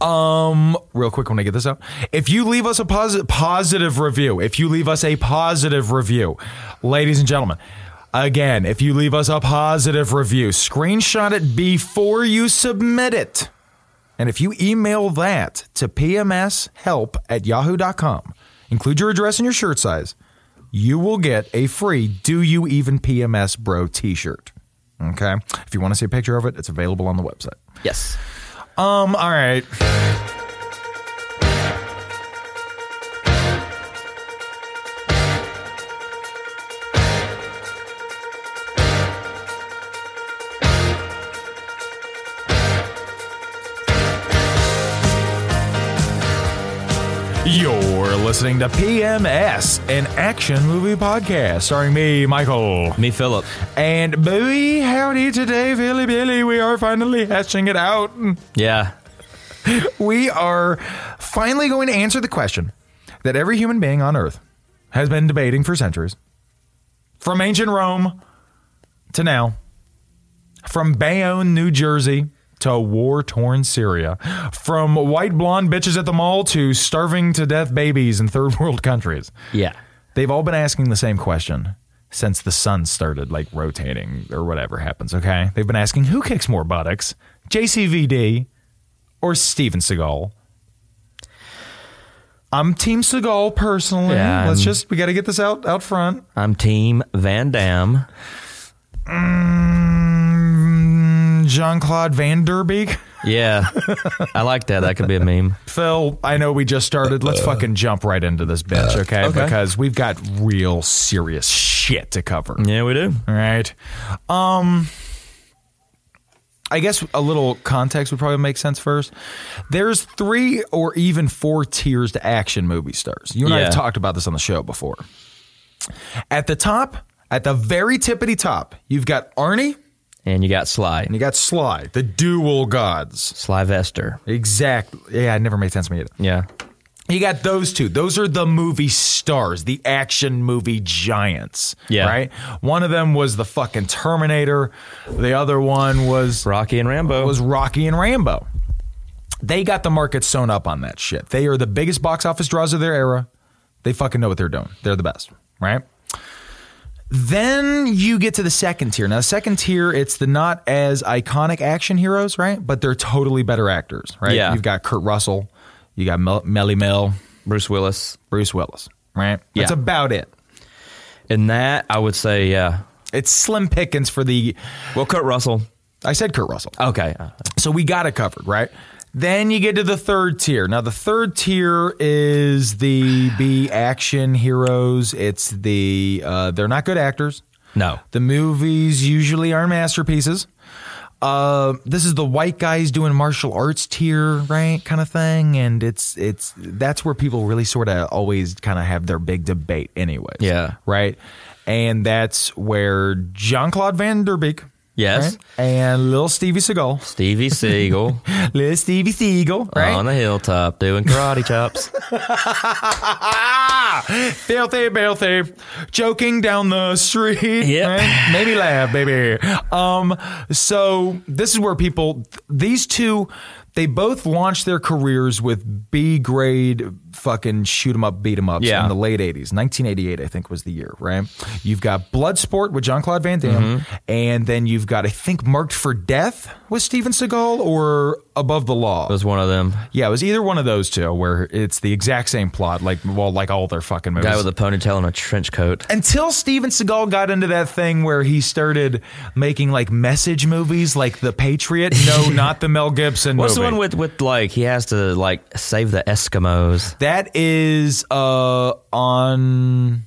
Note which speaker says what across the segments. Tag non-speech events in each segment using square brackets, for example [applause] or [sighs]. Speaker 1: Um, real quick when I get this out. If you leave us a posi- positive review, if you leave us a positive review, ladies and gentlemen, again, if you leave us a positive review, screenshot it before you submit it. And if you email that to pmshelp at yahoo.com, include your address and your shirt size, you will get a free Do You Even PMS Bro t shirt. Okay. If you want to see a picture of it, it's available on the website.
Speaker 2: Yes.
Speaker 1: Um, all right. You're listening to PMS, an action movie podcast starring me, Michael.
Speaker 2: Me, Philip.
Speaker 1: And Bowie, howdy today, Billy Billy. We are finally hatching it out.
Speaker 2: Yeah.
Speaker 1: We are finally going to answer the question that every human being on Earth has been debating for centuries. From ancient Rome to now, from Bayonne, New Jersey to war torn Syria, from white blonde bitches at the mall to starving to death babies in third [laughs] world countries.
Speaker 2: Yeah.
Speaker 1: They've all been asking the same question since the sun started like rotating or whatever happens, okay? They've been asking who kicks more buttocks, JCVD or Steven Seagal? I'm Team Seagal personally.
Speaker 2: Yeah,
Speaker 1: Let's
Speaker 2: I'm-
Speaker 1: just, we got to get this out out front.
Speaker 2: I'm Team Van Dam.
Speaker 1: Jean Claude Van Der Beek.
Speaker 2: Yeah. I like that. That could be a meme.
Speaker 1: Phil, I know we just started. Let's fucking jump right into this bitch, okay?
Speaker 2: Uh, Okay.
Speaker 1: Because we've got real serious shit to cover.
Speaker 2: Yeah, we do.
Speaker 1: All right. Um I guess a little context would probably make sense first. There's three or even four tiers to action movie stars. You and I
Speaker 2: Yeah.
Speaker 1: have talked about this on the show before. At the top, at the very tippity top, you've got Arnie and
Speaker 2: And you got Sly.
Speaker 1: you got Sly, the dual gods.
Speaker 2: Sly Vester.
Speaker 1: Exactly. Yeah, it never made sense to me either.
Speaker 2: Yeah.
Speaker 1: You got those two. Those are the movie stars, the action movie giants.
Speaker 2: Yeah.
Speaker 1: Right? One of them was the fucking Terminator. The other one was
Speaker 2: Rocky and Rambo.
Speaker 1: was Rocky and Rambo. They got the market sewn up on that shit. They are the biggest box office draws of their era. They fucking know what they're doing. They're the best, right? Then you get to the second tier. Now, the second tier, it's the not as iconic action heroes, right? But they're totally better actors, right?
Speaker 2: Yeah.
Speaker 1: You've got Kurt Russell, you got Mel- Melly Mel,
Speaker 2: Bruce Willis.
Speaker 1: Bruce Willis, right? That's
Speaker 2: Yeah.
Speaker 1: about it.
Speaker 2: And that, I would say, yeah.
Speaker 1: It's slim pickings for the.
Speaker 2: Well, Kurt Russell.
Speaker 1: I said Kurt Russell.
Speaker 2: Okay.
Speaker 1: So we got it covered, right? Then you get to the third tier. Now the third tier is the B action heroes. It's the uh, they're not good actors.
Speaker 2: No.
Speaker 1: The movies usually are masterpieces. Uh, this is the white guys doing martial arts tier, right, kind of thing, and it's it's that's where people really sort of always kind of have their big debate, anyways.
Speaker 2: Yeah.
Speaker 1: right. And that's where Jean Claude Van Der Beek,
Speaker 2: Yes.
Speaker 1: right? and little Stevie Seagal,
Speaker 2: Stevie [laughs] Siegel
Speaker 1: Little Stevie Siegel, right?
Speaker 2: on the hilltop doing karate chops.
Speaker 1: filthy, filthy, joking down the street.
Speaker 2: Yep.
Speaker 1: right? Maybe laugh, baby. Um, so this is where people, these two, they both launched their careers with B grade fucking shoot 'em up, beat 'em ups
Speaker 2: Yeah.
Speaker 1: in the late 80s. 1988, I think, was the year, right? You've got Bloodsport with Jean Claude Van Damme,
Speaker 2: Mm-hmm.
Speaker 1: and then you've got, I think, Marked for Death with Steven Seagal or Above the Law.
Speaker 2: It [laughs] was one of them.
Speaker 1: Yeah, it was either one of those two where it's the exact same plot, like well, like all their fucking movies.
Speaker 2: Guy with a ponytail and a trench coat.
Speaker 1: Until Steven Seagal got into that thing where he started making like message movies, like The Patriot.
Speaker 2: [laughs]
Speaker 1: No, not the Mel Gibson
Speaker 2: What's the
Speaker 1: movie.
Speaker 2: one with, with like, he has to like save the Eskimos?
Speaker 1: that is uh, on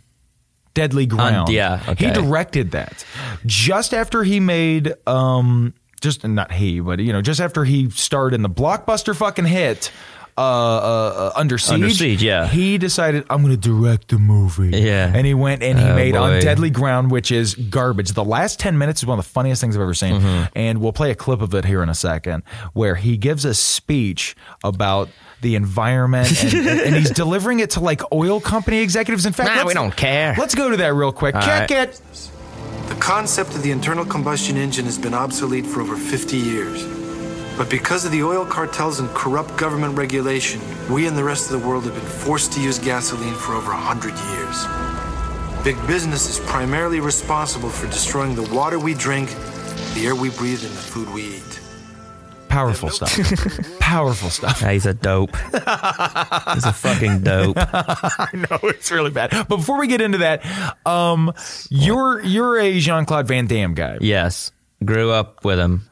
Speaker 1: Deadly Ground.
Speaker 2: yeah,
Speaker 1: he
Speaker 2: okay.
Speaker 1: directed that just after he made um, just not he, but you know, just after he starred in the blockbuster fucking hit. Uh, uh, uh, under siege.
Speaker 2: Under Siege, yeah.
Speaker 1: He decided I'm going to direct the movie.
Speaker 2: Yeah.
Speaker 1: and he went and he
Speaker 2: Oh,
Speaker 1: made on
Speaker 2: boy.
Speaker 1: deadly ground, which is garbage. The last ten minutes is one of the funniest things I've ever seen,
Speaker 2: Mm-hmm.
Speaker 1: and we'll play a clip of it here in a second, where he gives a speech about the environment, and,
Speaker 2: [laughs]
Speaker 1: and he's delivering it to like oil company executives. In fact,
Speaker 2: Nah,
Speaker 1: let's-
Speaker 2: we don't care.
Speaker 1: Let's go to that real quick. Kick it.
Speaker 3: The concept of the internal combustion engine has been obsolete for over 50 years. But because of the oil cartels and corrupt government regulation, we and the rest of the world have been forced to use gasoline for over 100 years. Big business is primarily responsible for destroying the water we drink, the air we breathe, and the food we eat.
Speaker 1: Powerful stuff.
Speaker 2: [laughs]
Speaker 1: Powerful stuff.
Speaker 2: Yeah, he's a [laughs] dope. he's a fucking dope.
Speaker 1: I know it's really bad. But before we get into that, um, you're you're a Jean Claude Van Damme guy.
Speaker 2: Yes. Grew up with him.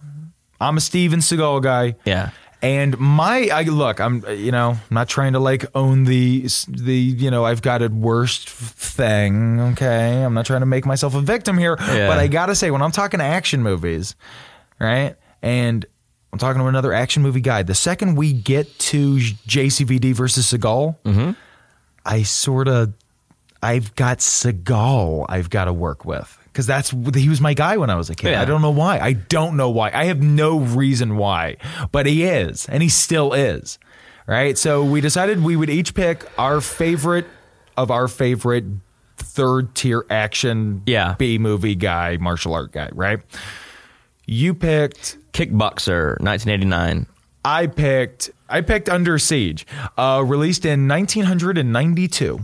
Speaker 1: I'm a Steven Seagal guy.
Speaker 2: Yeah.
Speaker 1: And my, I look, I'm, you know, I'm not trying to like own the, the, you know, I've got it worst thing. Okay. I'm not trying to make myself a victim here,
Speaker 2: Yeah.
Speaker 1: but I gotta say, when I'm talking action movies, right? And I'm talking to another action movie guy, the second we get to JCVD versus Seagal, I sort of, I've got Seagal I've got to work with. Because that's he was my guy when I was a kid.
Speaker 2: Yeah.
Speaker 1: I don't know why. I don't know why. I have no reason why, but he is, and he still is, right? So we decided we would each pick our favorite of our favorite third tier action
Speaker 2: Yeah.
Speaker 1: B movie guy, martial art guy, right? You picked.
Speaker 2: Kickboxer, 1989.
Speaker 1: I picked. I picked Under Siege, uh, released in 1992.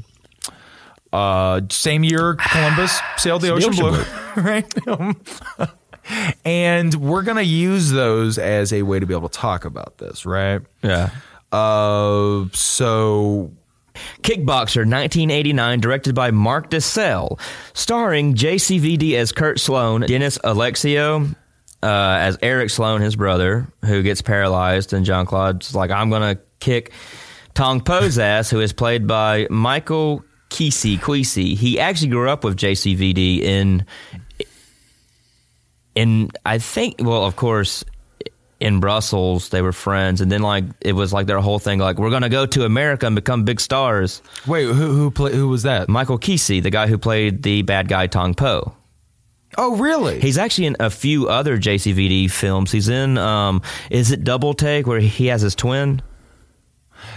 Speaker 1: Uh, same year
Speaker 2: [sighs]
Speaker 1: Columbus sailed the ocean,
Speaker 2: ocean
Speaker 1: blue, right? Um, [laughs] and we're gonna use those as a way to be able to talk about this, right?
Speaker 2: Yeah.
Speaker 1: Uh, so
Speaker 2: Kickboxer 1989, directed by Mark DeSalle, starring JCVD as Kurt Sloan, Dennis Alexio uh, as Eric Sloan, his brother, who gets paralyzed, and John Claude's like, I'm going to kick Tong Po's [laughs] ass, who is played by Michael Kesey. Queasy. He actually grew up with JCVD in, in I think, well, of course, in Brussels, they were friends, and then like it was like their whole thing, like we're gonna go to America and become big stars.
Speaker 1: wait, who who play, who was that?
Speaker 2: Michael Kesey, the guy who played the bad guy Tong Po.
Speaker 1: Oh, really?
Speaker 2: He's actually in a few other JCVD films. He's in, um, is it Double Take where he has his twin?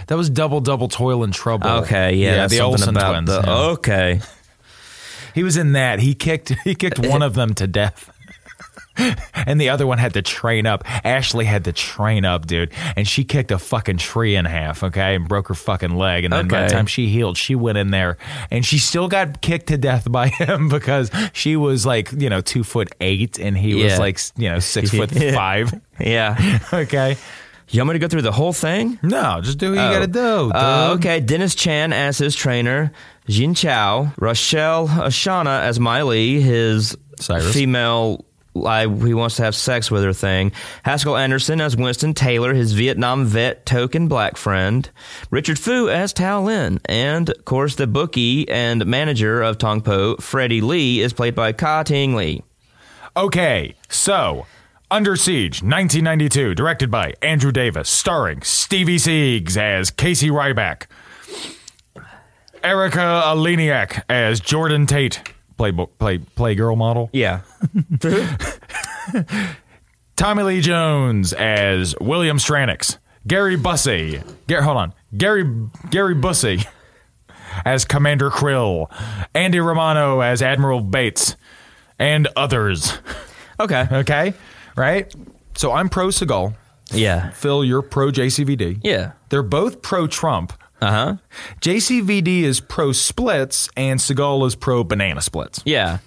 Speaker 1: that was double double toil and trouble.
Speaker 2: Okay, yeah, that's
Speaker 1: Uh, the
Speaker 2: something
Speaker 1: Olsen
Speaker 2: about
Speaker 1: twins.
Speaker 2: the-
Speaker 1: yeah.
Speaker 2: Okay,
Speaker 1: He was in that. He kicked [laughs] he kicked one of them to death. [laughs] and the other one had to train up. Ashley had to train up, dude. And she kicked a fucking tree in half, okay, and broke her fucking leg. And then by the
Speaker 2: Okay.
Speaker 1: time she healed, she went in there and she still got kicked to death by [laughs] him because she was like, you know, two foot eight and he was
Speaker 2: [laughs] Yeah.
Speaker 1: like, s- you know, six foot five. [laughs]
Speaker 2: yeah.
Speaker 1: Okay.
Speaker 2: You want me to go through the whole thing?
Speaker 1: No, just do what you gotta do.
Speaker 2: Uh,
Speaker 1: dude.
Speaker 2: okay, Dennis Chan as his trainer, Jin Chao, Rochelle Ashana as Miley, his
Speaker 1: Cyrus.
Speaker 2: female I, he wants to have sex with her thing. Haskell Anderson as Winston Taylor, his Vietnam vet token black friend. Richard Fu as Tao Lin. And, of course, the bookie and manager of Tong Po, Freddie Lee, is played by Ka Ting Lee.
Speaker 1: Okay, so Under Siege, 1992, directed by Andrew Davis, starring Stevie Siegs as Casey Ryback, Erica Aleniak as Jordan Tate, play play playgirl model,
Speaker 2: Yeah.
Speaker 1: Tommy Lee Jones as William Stranix, Gary Bussey, Gar- hold on, Gary Gary Bussey [laughs] as Commander Krill, Andy Romano as Admiral Bates, and others. [laughs]
Speaker 2: Okay.
Speaker 1: Okay, right? So I'm pro Seagal.
Speaker 2: Yeah.
Speaker 1: Phil, you're pro JCVD.
Speaker 2: Yeah.
Speaker 1: They're both pro Trump.
Speaker 2: Uh huh.
Speaker 1: JCVD is pro splits, and Seagal is pro banana splits.
Speaker 2: [laughs] Yeah.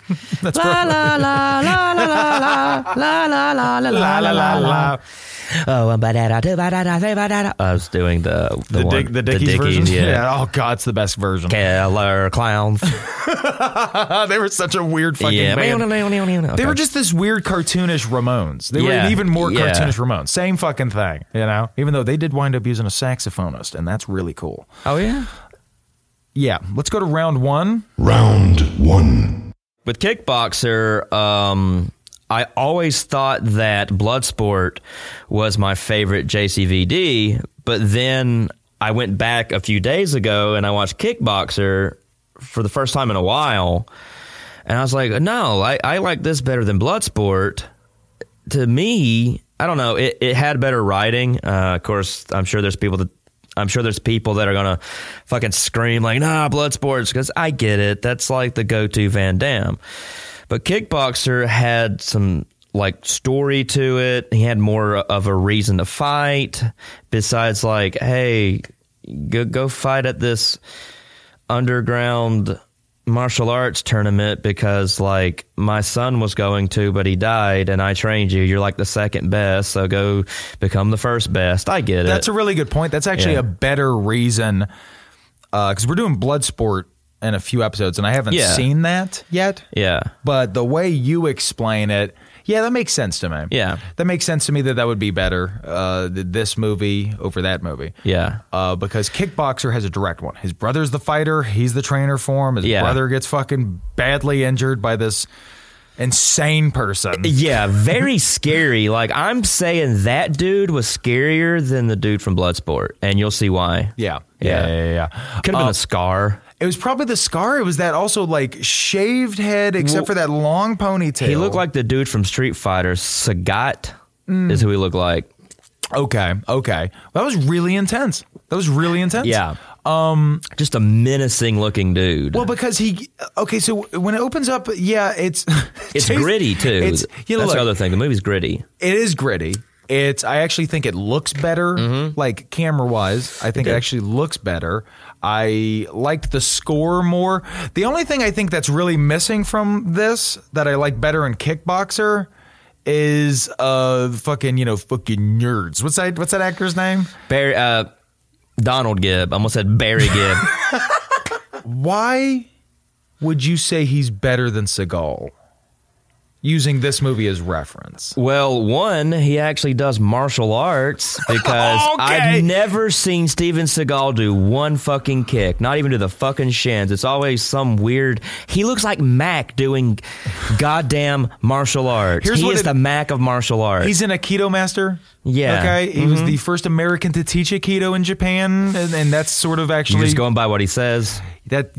Speaker 1: That's pro.
Speaker 2: la, la, la, la, la, la, la, la, la, la,
Speaker 1: La la la la.
Speaker 2: Oh, um, ba-da-da, do, ba-da-da, say, ba-da-da. I was doing the the,
Speaker 1: The,
Speaker 2: one,
Speaker 1: Dick, the Dickies version. [laughs] Oh god, it's the best version.
Speaker 2: Killer
Speaker 1: [laughs]
Speaker 2: clowns.
Speaker 1: they were such a weird fucking
Speaker 2: yeah.
Speaker 1: band. They
Speaker 2: They
Speaker 1: were just this weird cartoonish Ramones. They were
Speaker 2: Yeah.
Speaker 1: an even more
Speaker 2: Yeah.
Speaker 1: cartoonish Ramones. Same fucking thing, you know. Even though they did wind up using a saxophonist, and that's really cool.
Speaker 2: Oh yeah.
Speaker 1: Yeah, let's go to round one.
Speaker 4: Round one.
Speaker 2: With kickboxer, um, I always thought that Bloodsport was my favorite JCVD, but then I went back a few days ago and I watched Kickboxer for the first time in a while, and I was like, no, I, I like this better than Bloodsport. to me, I don't know. It, it had better writing. Uh, of course, I'm sure there's people that I'm sure there's people that are gonna fucking scream like, "Nah, Bloodsport's," because I get it. That's like the go-to Van Damme. But Kickboxer had some like story to it. He had more of a reason to fight besides like, hey, go go fight at this underground martial arts tournament because like my son was going to but he died and I trained you. You're like the second best, so go become the first best. I get
Speaker 1: That's
Speaker 2: it.
Speaker 1: a really good point. That's actually
Speaker 2: Yeah.
Speaker 1: a better reason because we're doing Bloodsport in a few episodes, and I haven't
Speaker 2: Yeah.
Speaker 1: seen that yet.
Speaker 2: yeah.
Speaker 1: But the way you explain it, yeah, that makes sense to me.
Speaker 2: Yeah.
Speaker 1: that makes sense to me that that would be better uh, th- this movie over that movie.
Speaker 2: Yeah.
Speaker 1: Uh, because Kickboxer has a direct one. His brother's the fighter. He's the trainer for him. His
Speaker 2: Yeah.
Speaker 1: brother gets fucking badly injured by this insane person.
Speaker 2: Yeah, very scary. Like I'm saying that dude was scarier than the dude from Bloodsport, and you'll see why.
Speaker 1: Yeah. Yeah.
Speaker 2: Yeah.
Speaker 1: Yeah. yeah. Uh,
Speaker 2: Could have been a scar.
Speaker 1: It was probably the scar. It was that also like shaved head, except
Speaker 2: Well,
Speaker 1: for that long ponytail.
Speaker 2: He looked like the dude from Street Fighter, Sagat is who he looked like.
Speaker 1: okay, okay. That was really intense. That was really intense.
Speaker 2: Yeah. Um just a menacing looking dude.
Speaker 1: Well, because he okay. So when it opens up, yeah, it's [laughs]
Speaker 2: it's
Speaker 1: Jason-
Speaker 2: gritty too.
Speaker 1: It's you know,
Speaker 2: That's
Speaker 1: look,
Speaker 2: the other thing. The movie's gritty.
Speaker 1: it is gritty. It's I actually think it looks better, like camera wise. I think it,
Speaker 2: did.
Speaker 1: actually looks better. I liked the score more. The only thing I think that's really missing from this that I like better in Kickboxer is uh fucking you know fucking nerds. What's that? What's that actor's name?
Speaker 2: Barry uh Donald Gibb. I almost said [laughs] Barry Gibb.
Speaker 1: Why would you say he's better than Seagal? Using this movie as reference.
Speaker 2: Well, one, he actually does martial arts [laughs] because
Speaker 1: Okay.
Speaker 2: I've never seen Steven Seagal do one fucking kick, not even to the fucking shins. It's always some weird. He looks like Mac doing goddamn martial arts.
Speaker 1: Here's
Speaker 2: he
Speaker 1: what
Speaker 2: is
Speaker 1: it-
Speaker 2: the Mac of martial arts.
Speaker 1: He's an Aikido master.
Speaker 2: Yeah. Mm-hmm.
Speaker 1: Okay. He was the first American to teach Aikido in Japan, and, and that's sort of
Speaker 2: You're
Speaker 1: actually
Speaker 2: just going by what he says.
Speaker 1: that.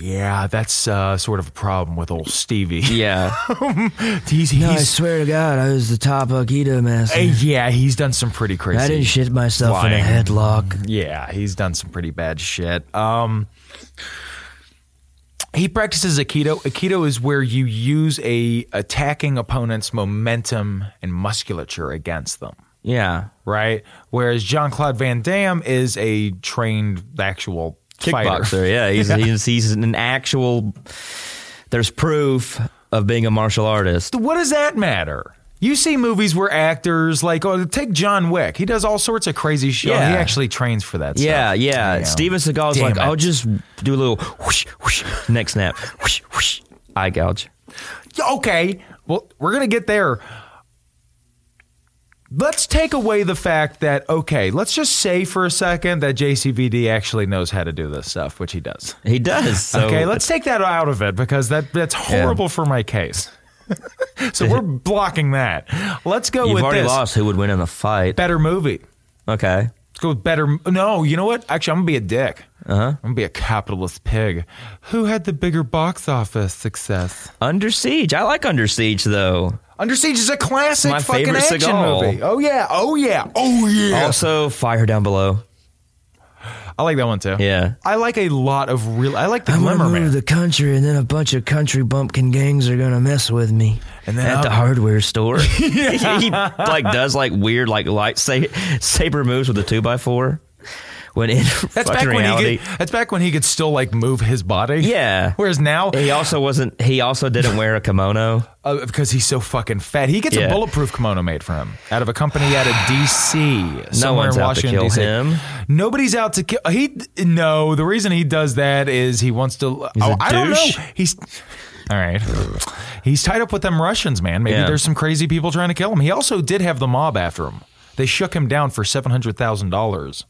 Speaker 1: Yeah, that's uh, sort of a problem with old Stevie.
Speaker 2: [laughs] Yeah.
Speaker 1: [laughs] he's he's
Speaker 2: swear to God, I was the top Aikido master.
Speaker 1: uh, yeah he's done some pretty crazy.
Speaker 2: shit myself
Speaker 1: in a Lying.
Speaker 2: headlock.
Speaker 1: Yeah, he's done some pretty bad shit. Um, he practices Aikido. Aikido is where you use a attacking opponent's momentum and musculature against them.
Speaker 2: Yeah.
Speaker 1: right? Whereas Jean Claude Van Damme is a trained actual
Speaker 2: kickboxer.
Speaker 1: fighter. [laughs]
Speaker 2: Yeah, he's, he's he's an actual. There's proof of being a martial artist.
Speaker 1: What does that matter? You see movies where actors like oh take John Wick. He does all sorts of crazy shit. Oh,
Speaker 2: Yeah.
Speaker 1: He actually trains for that
Speaker 2: Yeah,
Speaker 1: stuff.
Speaker 2: yeah. Steven Seagal's
Speaker 1: Damn
Speaker 2: like,
Speaker 1: it.
Speaker 2: I'll just do a little whoosh, whoosh, neck snap, whoosh, whoosh, eye gouge. oh,
Speaker 1: Okay. Well, we're gonna get there. Let's take away the fact that okay, let's just say for a second that JCVD actually knows how to do this stuff, which he does.
Speaker 2: He does. So
Speaker 1: okay, let's take that out of it because that that's horrible for my case. [laughs] so we're blocking that. Let's go
Speaker 2: You've
Speaker 1: with
Speaker 2: already
Speaker 1: this
Speaker 2: lost. Who would win in a fight?
Speaker 1: better movie.
Speaker 2: Okay.
Speaker 1: Let's go with better. No, you know what? Actually, I'm gonna be a dick. Uh-huh. I'm gonna be a capitalist pig. Who had the bigger box office success?
Speaker 2: Under siege. I like under siege though.
Speaker 1: Under Siege is a classic
Speaker 2: My
Speaker 1: fucking
Speaker 2: favorite
Speaker 1: action
Speaker 2: Seagal.
Speaker 1: movie. Oh yeah, oh yeah, oh yeah.
Speaker 2: Also, fire down below.
Speaker 1: I like that one too.
Speaker 2: Oh. Yeah.
Speaker 1: I like a lot of real. I like the Glimmer Man.
Speaker 2: the country, and then a bunch of country bumpkin gangs are gonna mess with me.
Speaker 1: And then
Speaker 2: at
Speaker 1: I'll-
Speaker 2: the hardware store, [laughs] he like does like weird like light sa- saber moves with a two by four. When in [laughs]
Speaker 1: that's
Speaker 2: fucking
Speaker 1: back when
Speaker 2: reality,
Speaker 1: he could. That's back when he could still like move his body.
Speaker 2: Yeah.
Speaker 1: Whereas now
Speaker 2: he also wasn't. He also didn't wear a [laughs] kimono.
Speaker 1: Uh, because he's so fucking fat. He gets a
Speaker 2: Yeah.
Speaker 1: bulletproof kimono made for him out of a company out of D.C. somewhere
Speaker 2: one's
Speaker 1: in
Speaker 2: out to
Speaker 1: Washington,
Speaker 2: kill
Speaker 1: D.C.
Speaker 2: him.
Speaker 1: Nobody's out to kill. He no. The reason he does that is he wants to.
Speaker 2: He's
Speaker 1: oh,
Speaker 2: a
Speaker 1: I don't
Speaker 2: douche.
Speaker 1: know. He's all right. He's tied up with them Russians, man. Maybe
Speaker 2: Yeah.
Speaker 1: there's some crazy people trying to kill him. He also did have the mob after him. They shook him down for seven hundred thousand dollars.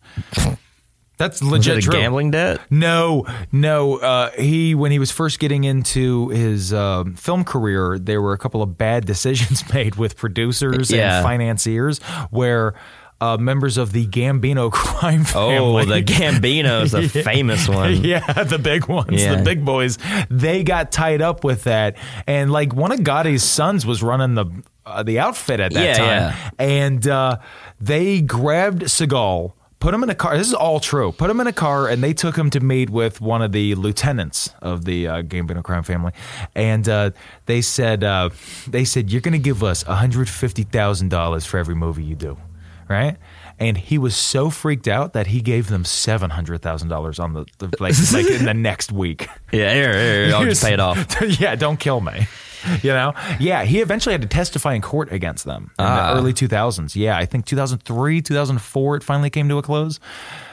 Speaker 1: That's
Speaker 2: Was
Speaker 1: legit
Speaker 2: it a
Speaker 1: true.
Speaker 2: gambling [laughs] debt?
Speaker 1: No, no. Uh, he when he was first getting into his um, film career, there were a couple of bad [laughs] decisions made with producers
Speaker 2: Yeah.
Speaker 1: and financiers, where uh, members of the Gambino [laughs] crime
Speaker 2: Oh,
Speaker 1: family.
Speaker 2: the Gambino's [laughs] the famous [laughs]
Speaker 1: [laughs]
Speaker 2: one.
Speaker 1: yeah, the big ones,
Speaker 2: Yeah.
Speaker 1: the big boys. They got tied up with that, and like one of Gotti's sons was running the uh, the outfit at that
Speaker 2: Yeah,
Speaker 1: time,
Speaker 2: yeah.
Speaker 1: and uh, they grabbed Seagal. put him in a car. This is all true. Put him in a car, and they took him to meet with one of the lieutenants of the uh, Gambino crime family, and uh, they said, uh, "They said you're going to give us one hundred fifty thousand dollars for every movie you do, right?" And he was so freaked out that he gave them seven hundred thousand dollars on the, the like, like in
Speaker 2: [laughs]
Speaker 1: the next week.
Speaker 2: Yeah, here, here, here, I'll just pay it [laughs] off.
Speaker 1: [laughs] yeah, don't kill me. You know? Yeah, he eventually had to testify in court against them in
Speaker 2: Ah.
Speaker 1: the early 2000s. Yeah, I think 2003, 2004, it finally came to a close.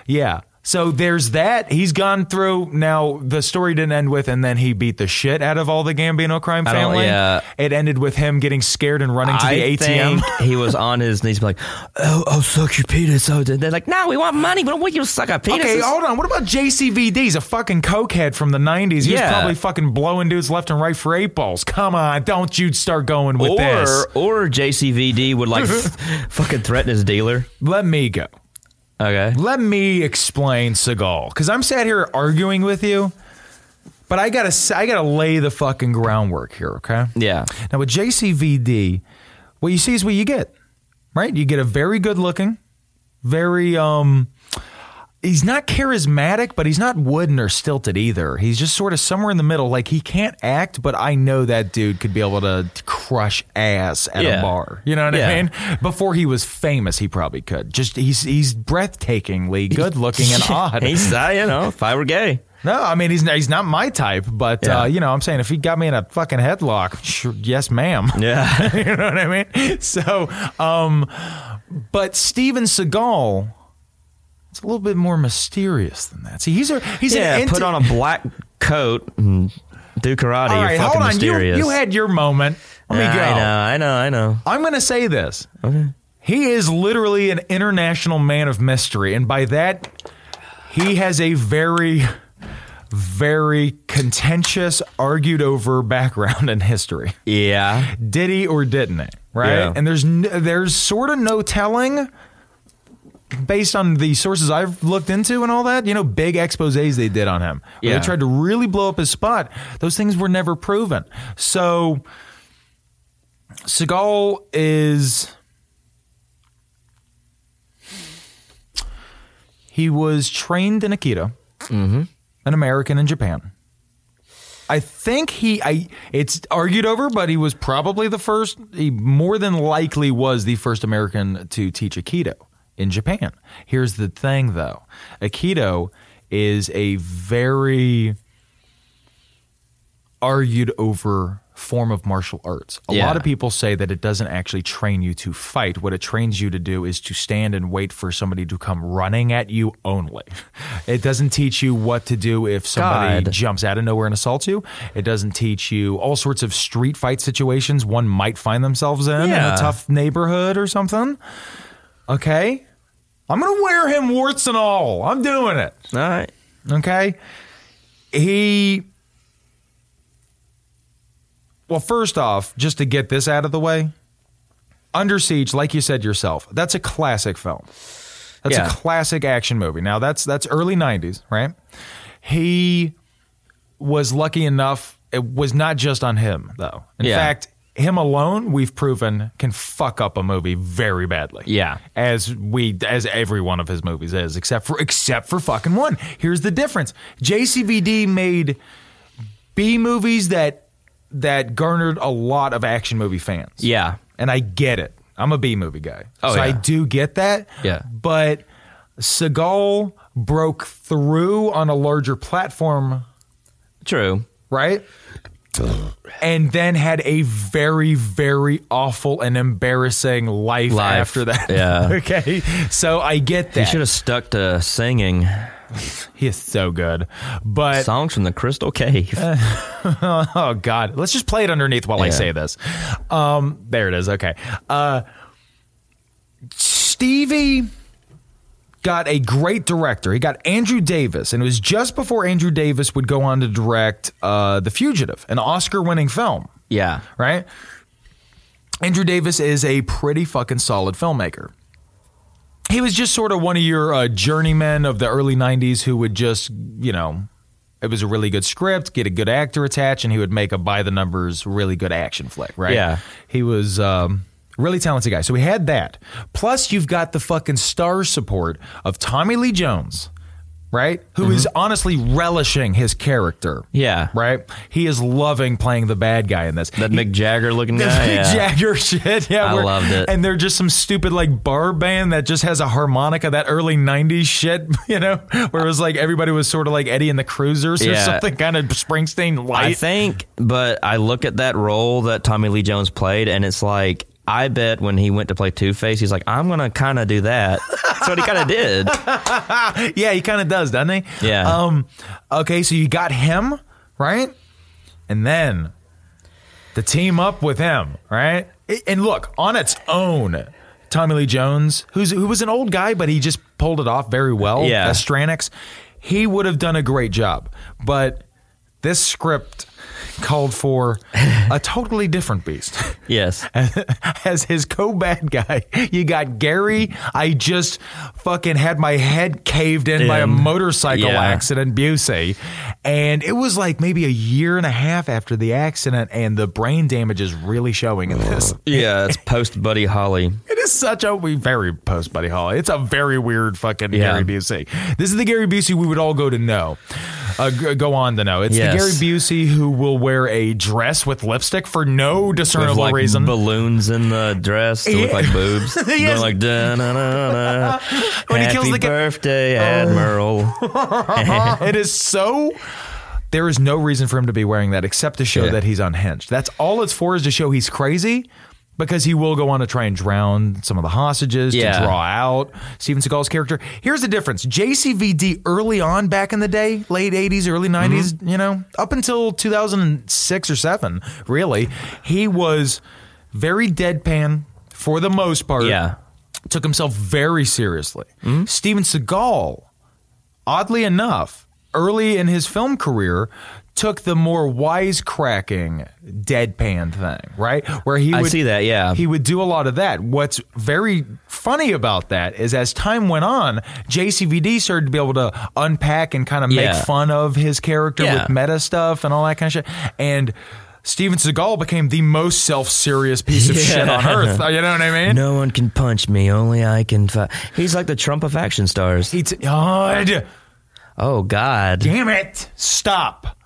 Speaker 1: Yeah. So there's that. He's gone through. Now, the story didn't end with, and then he beat the shit out of all the Gambino crime
Speaker 2: don't-
Speaker 1: family.
Speaker 2: yeah.
Speaker 1: It ended with him getting scared and running to the
Speaker 2: I
Speaker 1: ATM.
Speaker 2: think [laughs] he was on his knees, like, "Oh, I'll suck your penis." Oh, they're like, "No, we want money. We don't want you to suck our
Speaker 1: [laughs]
Speaker 2: penises."
Speaker 1: Okay, hold on. What about JCVD? He's a fucking cokehead from the 90s. He was
Speaker 2: Yeah.
Speaker 1: probably fucking blowing dudes left and right for eight balls. Come on, don't you start going with
Speaker 2: or
Speaker 1: this.
Speaker 2: or JCVD
Speaker 1: [laughs]
Speaker 2: would like [laughs] f- fucking threaten his dealer.
Speaker 1: Let me go.
Speaker 2: Okay,
Speaker 1: Let me explain Seagal, because I'm sat here arguing with you, but I gotta s- I gotta lay the fucking groundwork here. Okay.
Speaker 2: yeah, [laughs]
Speaker 1: Now with JCVD, what you see is what you get, right? You get a very good looking, very um. He's not charismatic, but he's not wooden or stilted either. He's just sort of somewhere in the middle. Like he can't act, but I know that dude could be able to crush ass at a
Speaker 2: Yeah.
Speaker 1: bar. You know what I
Speaker 2: Yeah.
Speaker 1: mean? Before he was famous, he probably could. Just he's he's breathtakingly good looking
Speaker 2: [laughs]
Speaker 1: and odd.
Speaker 2: He's, uh, you know, if I were gay,
Speaker 1: No, I mean he's not, he's not my type, but
Speaker 2: Yeah.
Speaker 1: uh, you know I'm saying if he got me in a fucking headlock, sure, yes, ma'am. [laughs]
Speaker 2: yeah,
Speaker 1: you know what I mean? So, um, but Steven Seagal, it's a little bit more mysterious than that. See, he's a he's
Speaker 2: yeah.
Speaker 1: an
Speaker 2: put on a black coat and do karate.
Speaker 1: All
Speaker 2: You're
Speaker 1: right,
Speaker 2: fucking
Speaker 1: hold on.
Speaker 2: mysterious.
Speaker 1: You you had your moment. Let me go.
Speaker 2: I know, I know, I know.
Speaker 1: I'm going to say this. Okay. He is literally an international man of mystery, and by that, he has a very, very contentious, argued over background in history.
Speaker 2: Yeah,
Speaker 1: Did he or didn't it? Right?
Speaker 2: Yeah.
Speaker 1: And there's n- there's sort of no telling. Based on the sources I've looked into and all that, you know, big exposés they did on him. where
Speaker 2: Yeah.
Speaker 1: They tried to really blow up his spot. Those things were never proven. So Seagal is he was trained in Aikido,
Speaker 2: Mm-hmm.
Speaker 1: an American in Japan. I think he I it's argued over, but he was probably the first he more than likely was the first American to teach Aikido in Japan. Here's the thing though. Aikido is a very argued over form of martial arts. A
Speaker 2: Yeah.
Speaker 1: lot of people say that it doesn't actually train you to fight. What it trains you to do is to stand and wait for somebody to come running at you only. [laughs] It doesn't teach you what to do if somebody
Speaker 2: God.
Speaker 1: jumps out of nowhere and assaults you. It doesn't teach you all sorts of street fight situations one might find themselves in in
Speaker 2: Yeah.
Speaker 1: a tough neighborhood or something. Okay? I'm going to wear him warts and all. I'm doing it.
Speaker 2: all right.
Speaker 1: Okay. He. Well, first off, just to get this out of the way, Under Siege, like you said yourself, that's a classic film. That's
Speaker 2: Yeah.
Speaker 1: a classic action movie. Now that's that's early '90s, right? He was lucky enough. It was not just on him, though. In
Speaker 2: Yeah.
Speaker 1: fact, him alone, we've proven, can fuck up a movie very badly
Speaker 2: Yeah.
Speaker 1: as we as every one of his movies is, except for except for fucking one. Here's the difference: JCVD made B movies that that garnered a lot of action movie fans.
Speaker 2: Yeah.
Speaker 1: and I get it. I'm a B movie guy,
Speaker 2: Oh,
Speaker 1: so I
Speaker 2: yeah.
Speaker 1: do get that.
Speaker 2: Yeah.
Speaker 1: but Seagal broke through on a larger platform
Speaker 2: True.
Speaker 1: right? And then had a very, very awful and embarrassing life,
Speaker 2: Life,
Speaker 1: after that.
Speaker 2: yeah.
Speaker 1: [laughs] okay. So I get
Speaker 2: He
Speaker 1: that.
Speaker 2: should have stuck to singing
Speaker 1: He is so good. But
Speaker 2: songs from the Crystal Cave.
Speaker 1: [laughs] Uh, oh god let's just play it underneath while i
Speaker 2: Yeah.
Speaker 1: say this um there it is okay uh stevie got a great director he got andrew davis and it was just before andrew davis would go on to direct uh the fugitive an oscar winning film
Speaker 2: Yeah.
Speaker 1: right andrew davis is a pretty fucking solid filmmaker he was just sort of one of your uh, journeymen of the early 90s who would just, you know, it was a really good script, get a good actor attached, and he would make a by the numbers, really good action flick, right?
Speaker 2: Yeah.
Speaker 1: He was um, Really talented guy. So we had that. Plus, you've got the fucking star support of Tommy Lee Jones, right? Who is honestly relishing his character.
Speaker 2: Yeah.
Speaker 1: Right? He is loving playing the bad guy in this.
Speaker 2: That
Speaker 1: He-
Speaker 2: Mick Jagger looking
Speaker 1: the [laughs]
Speaker 2: guy.
Speaker 1: Mick
Speaker 2: yeah.
Speaker 1: Jagger shit. Yeah,
Speaker 2: I
Speaker 1: where-
Speaker 2: loved it.
Speaker 1: And they're just some stupid like bar band that just has a harmonica, that early '90s shit, [laughs] you know, where it was like everybody was sort of like Eddie and the Cruisers or
Speaker 2: Yeah.
Speaker 1: something, kind of Springsteen
Speaker 2: I
Speaker 1: light.
Speaker 2: think, but I look at that role that Tommy Lee Jones played, and it's like, I bet when he went to play Two Face, he's like, I'm going to kind of do that. That's what he kind of did.
Speaker 1: [laughs] yeah, he kind of does, doesn't he?
Speaker 2: Yeah.
Speaker 1: Um. Okay, so you got him right, and then the team up with him right, I- and look on its own. Tommy Lee Jones, who's who was an old guy, but he just pulled it off very well.
Speaker 2: Yeah.
Speaker 1: as Stranix, he would have done a great job, but this script called for a totally different beast. [laughs]
Speaker 2: Yes.
Speaker 1: as his co bad guy. You got Gary. I just fucking had my head caved in, by a
Speaker 2: In.
Speaker 1: motorcycle
Speaker 2: Yeah.
Speaker 1: accident, Busey. And it was like maybe a year and a half after the accident, and the brain damage is really showing in
Speaker 2: [sighs]
Speaker 1: this.
Speaker 2: Yeah, it's [laughs] post Buddy Holly.
Speaker 1: It is such a we very post Buddy Holly. It's a very weird fucking
Speaker 2: Yeah.
Speaker 1: Gary Busey. This is the Gary Busey we would all go to know, uh, g- go on to know. It's
Speaker 2: Yes.
Speaker 1: the Gary Busey who will wear a dress with lipstick for no
Speaker 2: With
Speaker 1: discernible
Speaker 2: like
Speaker 1: reason.
Speaker 2: balloons in the dress to look
Speaker 1: Yeah. [laughs]
Speaker 2: like boobs.
Speaker 1: Yes.
Speaker 2: Going like da na na na.
Speaker 1: When he
Speaker 2: Happy
Speaker 1: kills the Oh. guy-
Speaker 2: birthday, Admiral.
Speaker 1: [laughs] it is so. There is no reason for him to be wearing that except to show
Speaker 2: Yeah.
Speaker 1: that he's unhinged. That's all it's for is to show he's crazy because he will go on to try and drown some of the hostages to
Speaker 2: Yeah.
Speaker 1: draw out Steven Seagal's character. Here's the difference. JCVD early on back in the day, late 80s,
Speaker 2: Mm-hmm.
Speaker 1: early 90s, you know, up until 2006 or 7, really, he was very deadpan for the most part
Speaker 2: Yeah.
Speaker 1: took himself very seriously.
Speaker 2: Mm-hmm.
Speaker 1: Steven Seagal, oddly enough, early in his film career, took the more wisecracking deadpan thing, right? Where he
Speaker 2: I
Speaker 1: would
Speaker 2: see that, yeah.
Speaker 1: He would do a lot of that. What's very funny about that is as time went on, JCVD started to be able to unpack and kind of make
Speaker 2: Yeah.
Speaker 1: fun of his character
Speaker 2: Yeah.
Speaker 1: with meta stuff and all that kind of shit. And Steven Seagal became the most self-serious piece of shit on
Speaker 2: [laughs] Yeah.
Speaker 1: earth. You know what I mean?
Speaker 2: No one can punch me, only I can fight. He's like the Trump of action stars.
Speaker 1: He t- God
Speaker 2: Oh God.
Speaker 1: damn it! Stop.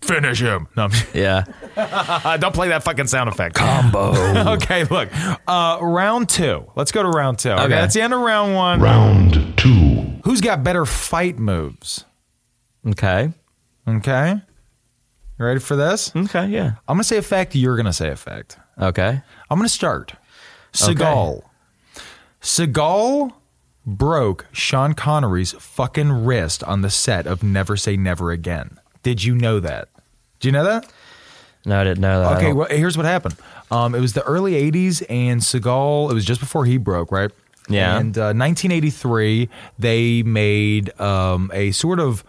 Speaker 1: Finish him. No,
Speaker 2: Yeah.
Speaker 1: I'm- don't play that fucking sound effect.
Speaker 2: Combo.
Speaker 1: [laughs] Okay, look. Uh, round two. Let's go to round two. Okay.
Speaker 2: Okay.
Speaker 1: that's the end of round one.
Speaker 4: Round two.
Speaker 1: Who's got better fight moves?
Speaker 2: Okay.
Speaker 1: Okay. You ready for this? I'm
Speaker 2: Okay. Yeah.
Speaker 1: gonna say a fact. You're gonna say a fact.
Speaker 2: Okay.
Speaker 1: I'm gonna start. Seagal. Seagal broke Sean Connery's fucking wrist on the set of Never Say Never Again. Did you know that? Do you know that?
Speaker 2: No, I didn't know that. I
Speaker 1: Okay,
Speaker 2: don't-
Speaker 1: well, here's what happened. Um, it was the early 80s, and Seagal, it was just before he broke, right?
Speaker 2: Yeah.
Speaker 1: And uh, 1983, they made um, a sort of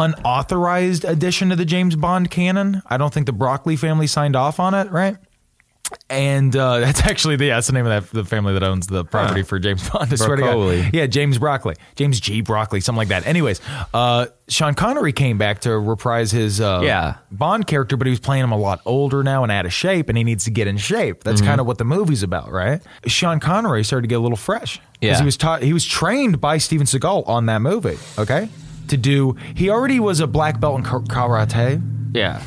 Speaker 1: unauthorized addition to the James Bond canon. I don't think the Broccoli family signed off on it, right? And uh, [laughs] that's actually the yeah, that's the name of that the family that owns the property for James Bond. I swear to God.
Speaker 2: Broccoli.
Speaker 1: yeah, James Broccoli, James G. Broccoli, something like that. Anyways, uh, Sean Connery came back to reprise his uh,
Speaker 2: Yeah.
Speaker 1: Bond character, but he was playing him a lot older now and out of shape, and he needs to get in shape. That's kind of what the movie's about, right? Sean Connery started to get a little fresh
Speaker 2: Yeah.
Speaker 1: he was taught. He was trained by Steven Seagal on that movie. Okay, to do. He already was a black belt in ka- karate.
Speaker 2: yeah.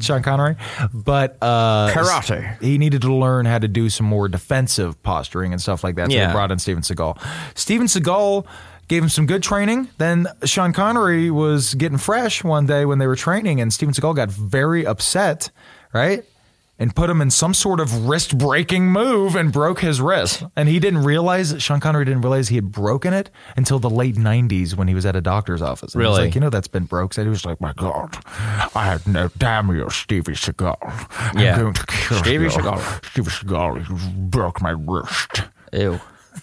Speaker 1: Sean Connery, but uh,
Speaker 2: Karate.
Speaker 1: He needed to learn how to do some more defensive posturing and stuff like that. So they
Speaker 2: Yeah.
Speaker 1: brought in Steven Seagal. Steven Seagal gave him some good training. Then Sean Connery was getting fresh one day when they were training, and Steven Seagal got very upset, right? And put him in some sort of wrist breaking move and broke his wrist. And he didn't realize, Sean Connery didn't realize he had broken it until the late 90s when he was at a doctor's office. And he was
Speaker 2: Really?
Speaker 1: like, you know, that's been broke. And he was like, my God, I had no damn you, Stevie Seagal. I'm
Speaker 2: Yeah.
Speaker 1: going to kill
Speaker 2: Stevie
Speaker 1: you.
Speaker 2: Seagal.
Speaker 1: Stevie Seagal, you broke my wrist.
Speaker 2: [laughs] Ew.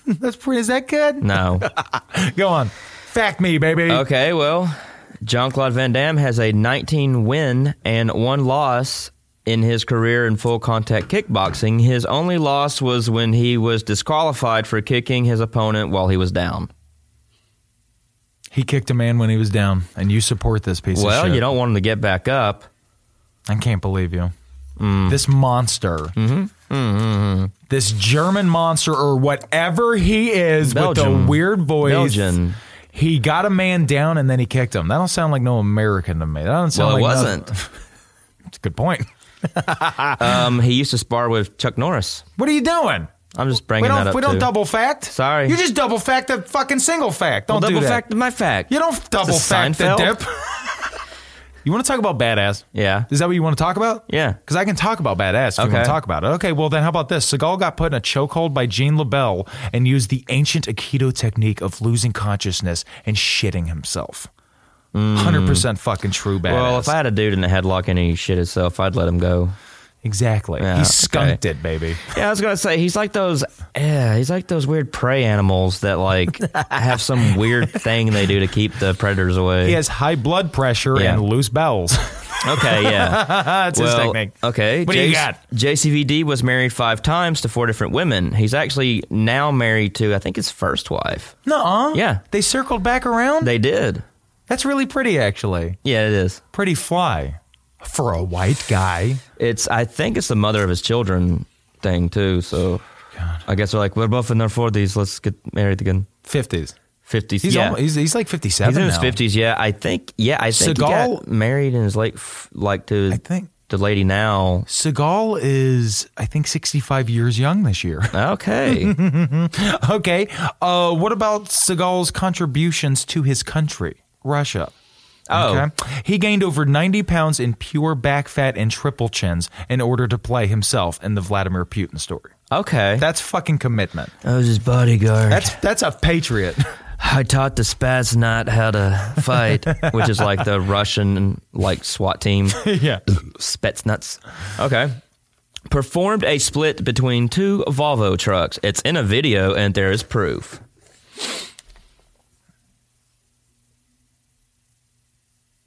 Speaker 1: That's pretty, is that good? [laughs]
Speaker 2: No.
Speaker 1: Mm. Go on. Fact me, baby.
Speaker 2: okay. Well, Jean Claude Van Damme has a 19 win and one loss in his career in full contact kickboxing. His only loss was when he was disqualified for kicking his opponent while he was down.
Speaker 1: He kicked a man when he was down, and you support this piece of
Speaker 2: well,
Speaker 1: shit.
Speaker 2: you don't want him to get back up.
Speaker 1: I can't believe you.
Speaker 2: Mm.
Speaker 1: this monster,
Speaker 2: Mm-hmm.
Speaker 1: this German monster or whatever he is with
Speaker 2: Belgium.
Speaker 1: the weird voice.
Speaker 2: Belgian.
Speaker 1: He got a man down and then he kicked him. That don't sound like no American to me. That don't sound
Speaker 2: Well, it
Speaker 1: like no-
Speaker 2: wasn't.
Speaker 1: It's a good point. [laughs]
Speaker 2: [laughs] Um, he used to spar with Chuck Norris.
Speaker 1: What are you doing?
Speaker 2: I'm just bringing
Speaker 1: We don't.
Speaker 2: that up.
Speaker 1: we don't
Speaker 2: too.
Speaker 1: double fact.
Speaker 2: Sorry.
Speaker 1: you just double fact the fucking single fact. Don't
Speaker 2: Well, double
Speaker 1: do that.
Speaker 2: fact my fact.
Speaker 1: You don't double
Speaker 2: It's a
Speaker 1: fact the
Speaker 2: Seinfeld.
Speaker 1: dip. [laughs] you want to talk about badass?
Speaker 2: Yeah.
Speaker 1: Is that what you want to talk about?
Speaker 2: Yeah.
Speaker 1: Because I can talk about badass if you want
Speaker 2: Okay.
Speaker 1: to talk about it. Okay, well, then how about this? Seagal got put in a chokehold by Jean LaBelle and used the ancient Aikido technique of losing consciousness and shitting himself. 100% fucking true badass.
Speaker 2: Mm. Well, if I had a dude in a headlock and he shit himself, I'd let him go.
Speaker 1: exactly.
Speaker 2: Yeah,
Speaker 1: he
Speaker 2: okay.
Speaker 1: skunked it, baby.
Speaker 2: Yeah, I was gonna say he's like those. Yeah, he's like those weird prey animals
Speaker 1: [laughs]
Speaker 2: that like have some weird thing they do to keep the predators away.
Speaker 1: He has high blood pressure
Speaker 2: Yeah.
Speaker 1: and loose bowels. [laughs]
Speaker 2: Okay, yeah.
Speaker 1: That's his
Speaker 2: well,
Speaker 1: technique.
Speaker 2: okay.
Speaker 1: What do you
Speaker 2: J-
Speaker 1: got?
Speaker 2: JCVD was married five times to four different women. He's actually now married to I think his first wife.
Speaker 1: Nuh-uh.
Speaker 2: Yeah.
Speaker 1: They circled back around?
Speaker 2: They did.
Speaker 1: That's really pretty, actually.
Speaker 2: Yeah, it is.
Speaker 1: Pretty fly. For a white guy.
Speaker 2: It's I think it's the mother of his children thing too. So I guess they're like we're both in our forties. Let's get married again.
Speaker 1: 50s.
Speaker 2: Fifties.
Speaker 1: He's,
Speaker 2: yeah.
Speaker 1: almo- he's, he's like 57
Speaker 2: He's in his
Speaker 1: now.
Speaker 2: fifties. Yeah, I think. Yeah, I think he
Speaker 1: Seagal-
Speaker 2: got married in his late, f- like to
Speaker 1: I think-
Speaker 2: the lady now.
Speaker 1: Seagal is, I think, 65 years young this year. [laughs]
Speaker 2: Okay,
Speaker 1: okay. Uh, what about Seagal's contributions to his country, Russia?
Speaker 2: Oh.
Speaker 1: He gained over 90 pounds in pure back fat and triple chins in order to play himself in the Vladimir Putin story.
Speaker 2: okay.
Speaker 1: That's fucking commitment.
Speaker 2: I was his bodyguard.
Speaker 1: That's that's a
Speaker 2: [laughs]
Speaker 1: patriot.
Speaker 2: I taught the spaz not how to
Speaker 1: [laughs]
Speaker 2: fight, which is like the Russian like SWAT team.
Speaker 1: yeah.
Speaker 2: Spetsnuts. Okay. Performed a split between two Volvo trucks. It's in a video, and there is proof.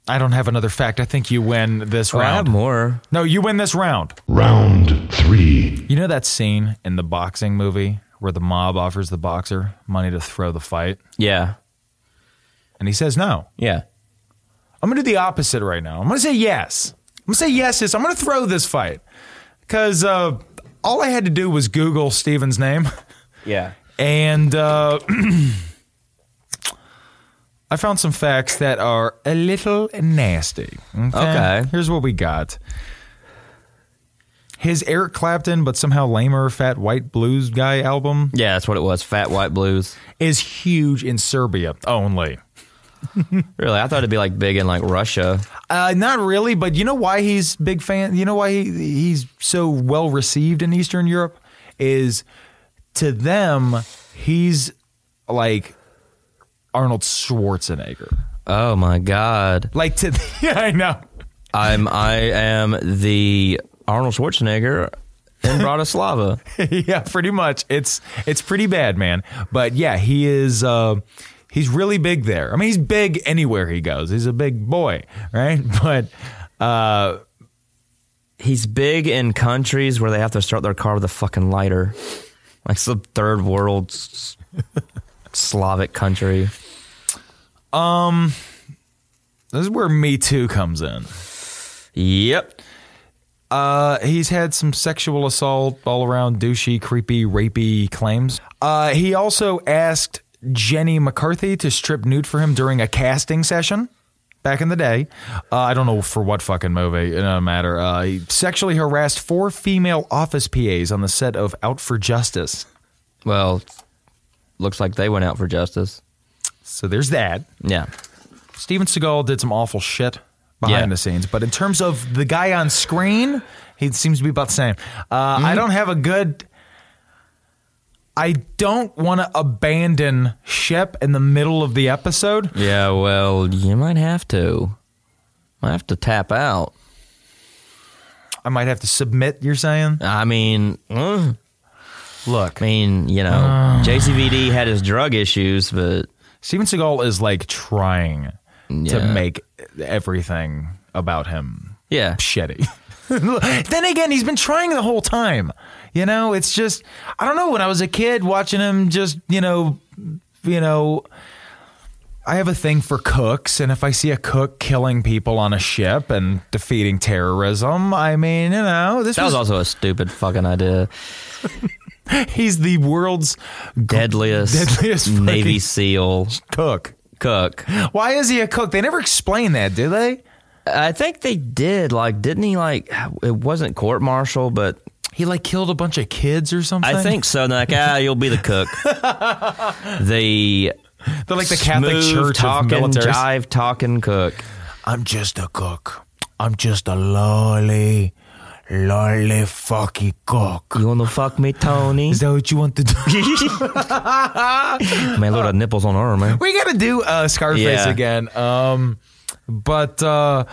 Speaker 1: I don't have another fact. I think you win this
Speaker 2: Well, I have
Speaker 1: round.
Speaker 2: more.
Speaker 1: No, you win this round.
Speaker 4: Round 3.
Speaker 1: You know that scene in the boxing movie where the mob offers the boxer money to throw the fight?
Speaker 2: Yeah,
Speaker 1: And he says no.
Speaker 2: yeah.
Speaker 1: I'm going to do the opposite right now. I'm going to say yes. I'm going to say yes. yes. I'm going to throw this fight. Because uh, all I had to do was Google Steven's name. [laughs]
Speaker 2: Yeah.
Speaker 1: And uh, [clears throat] I found some facts that are a little nasty.
Speaker 2: Okay.
Speaker 1: Here's what we got. His Eric Clapton, but somehow lamer, fat white blues guy album
Speaker 2: Yeah, that's what it was. Fat White Blues.
Speaker 1: is huge in Serbia only.
Speaker 2: Really, I thought it'd be like big in like Russia.
Speaker 1: Uh, not really, but you know why he's big fan. You know why he, he's so well received in Eastern Europe is to them he's like Arnold Schwarzenegger.
Speaker 2: Oh my God,
Speaker 1: Like to [laughs] yeah, I know.
Speaker 2: I'm I am the Arnold Schwarzenegger in Bratislava.
Speaker 1: yeah, pretty much. It's it's pretty bad, man. But yeah, he is. Uh, he's really big there. I mean, he's big anywhere he goes. He's a big boy, right? [laughs] But uh,
Speaker 2: He's big in countries where they have to start their car with a fucking lighter, like some third world s- Slavic country.
Speaker 1: this is where Me Too comes in.
Speaker 2: Yep.
Speaker 1: Uh, he's had some sexual assault, all around douchey, creepy, rapey claims. Uh, he also asked Jenny McCarthy to strip nude for him during a casting session back in the day. Uh, I don't know for what fucking movie, it doesn't matter. Uh, he sexually harassed four female office PAs on the set of Out for Justice.
Speaker 2: Well, looks like they went out for justice.
Speaker 1: So there's that.
Speaker 2: Yeah.
Speaker 1: Steven Seagal did some awful shit behind
Speaker 2: Yeah.
Speaker 1: the scenes, but in terms of the guy on screen, he seems to be about the same. Uh,
Speaker 2: Mm-hmm.
Speaker 1: I don't have a good. I don't want to abandon ship in the middle of the episode.
Speaker 2: Yeah. Well, you might have to. Might have to tap out.
Speaker 1: I might have to submit. You're saying,
Speaker 2: I mean. mm.
Speaker 1: look, Ah.
Speaker 2: I mean, you know, JCVD had his drug issues, but
Speaker 1: Steven Seagal is like trying to
Speaker 2: Yeah.
Speaker 1: make everything about him
Speaker 2: yeah,
Speaker 1: shitty. [laughs] then again, he's been trying the whole time. You know, it's just I don't know. When I was a kid, watching him just you know, you know, I have a thing for cooks, and if I see a cook killing people on a ship and defeating terrorism, I mean, you know, this
Speaker 2: That was
Speaker 1: was,
Speaker 2: also a stupid fucking idea.
Speaker 1: [laughs] he's the world's
Speaker 2: Deadliest,
Speaker 1: Deadliest fucking-
Speaker 2: Navy SEAL
Speaker 1: cook.
Speaker 2: cook.
Speaker 1: Why is he a cook? They never explain that, do they?
Speaker 2: I think they did. Like, didn't he? Like, it wasn't court martial, but
Speaker 1: He like killed a bunch of kids or something.
Speaker 2: I think so. And they're like, ah, you'll be the
Speaker 1: [laughs]
Speaker 2: cook. the
Speaker 1: they're like the Catholic
Speaker 2: smooth
Speaker 1: Church of
Speaker 2: talking,
Speaker 1: militaries.
Speaker 2: jive talking cook.
Speaker 1: I'm just a cook. I'm just a lolly, lolly fucky cook.
Speaker 2: You wanna fuck me, Tony?
Speaker 1: Is that what you want to do?
Speaker 2: man, load of nipples on her,
Speaker 1: [laughs]
Speaker 2: man.
Speaker 1: [laughs] we gotta do uh, Scarface
Speaker 2: Yeah.
Speaker 1: again. Um, but uh,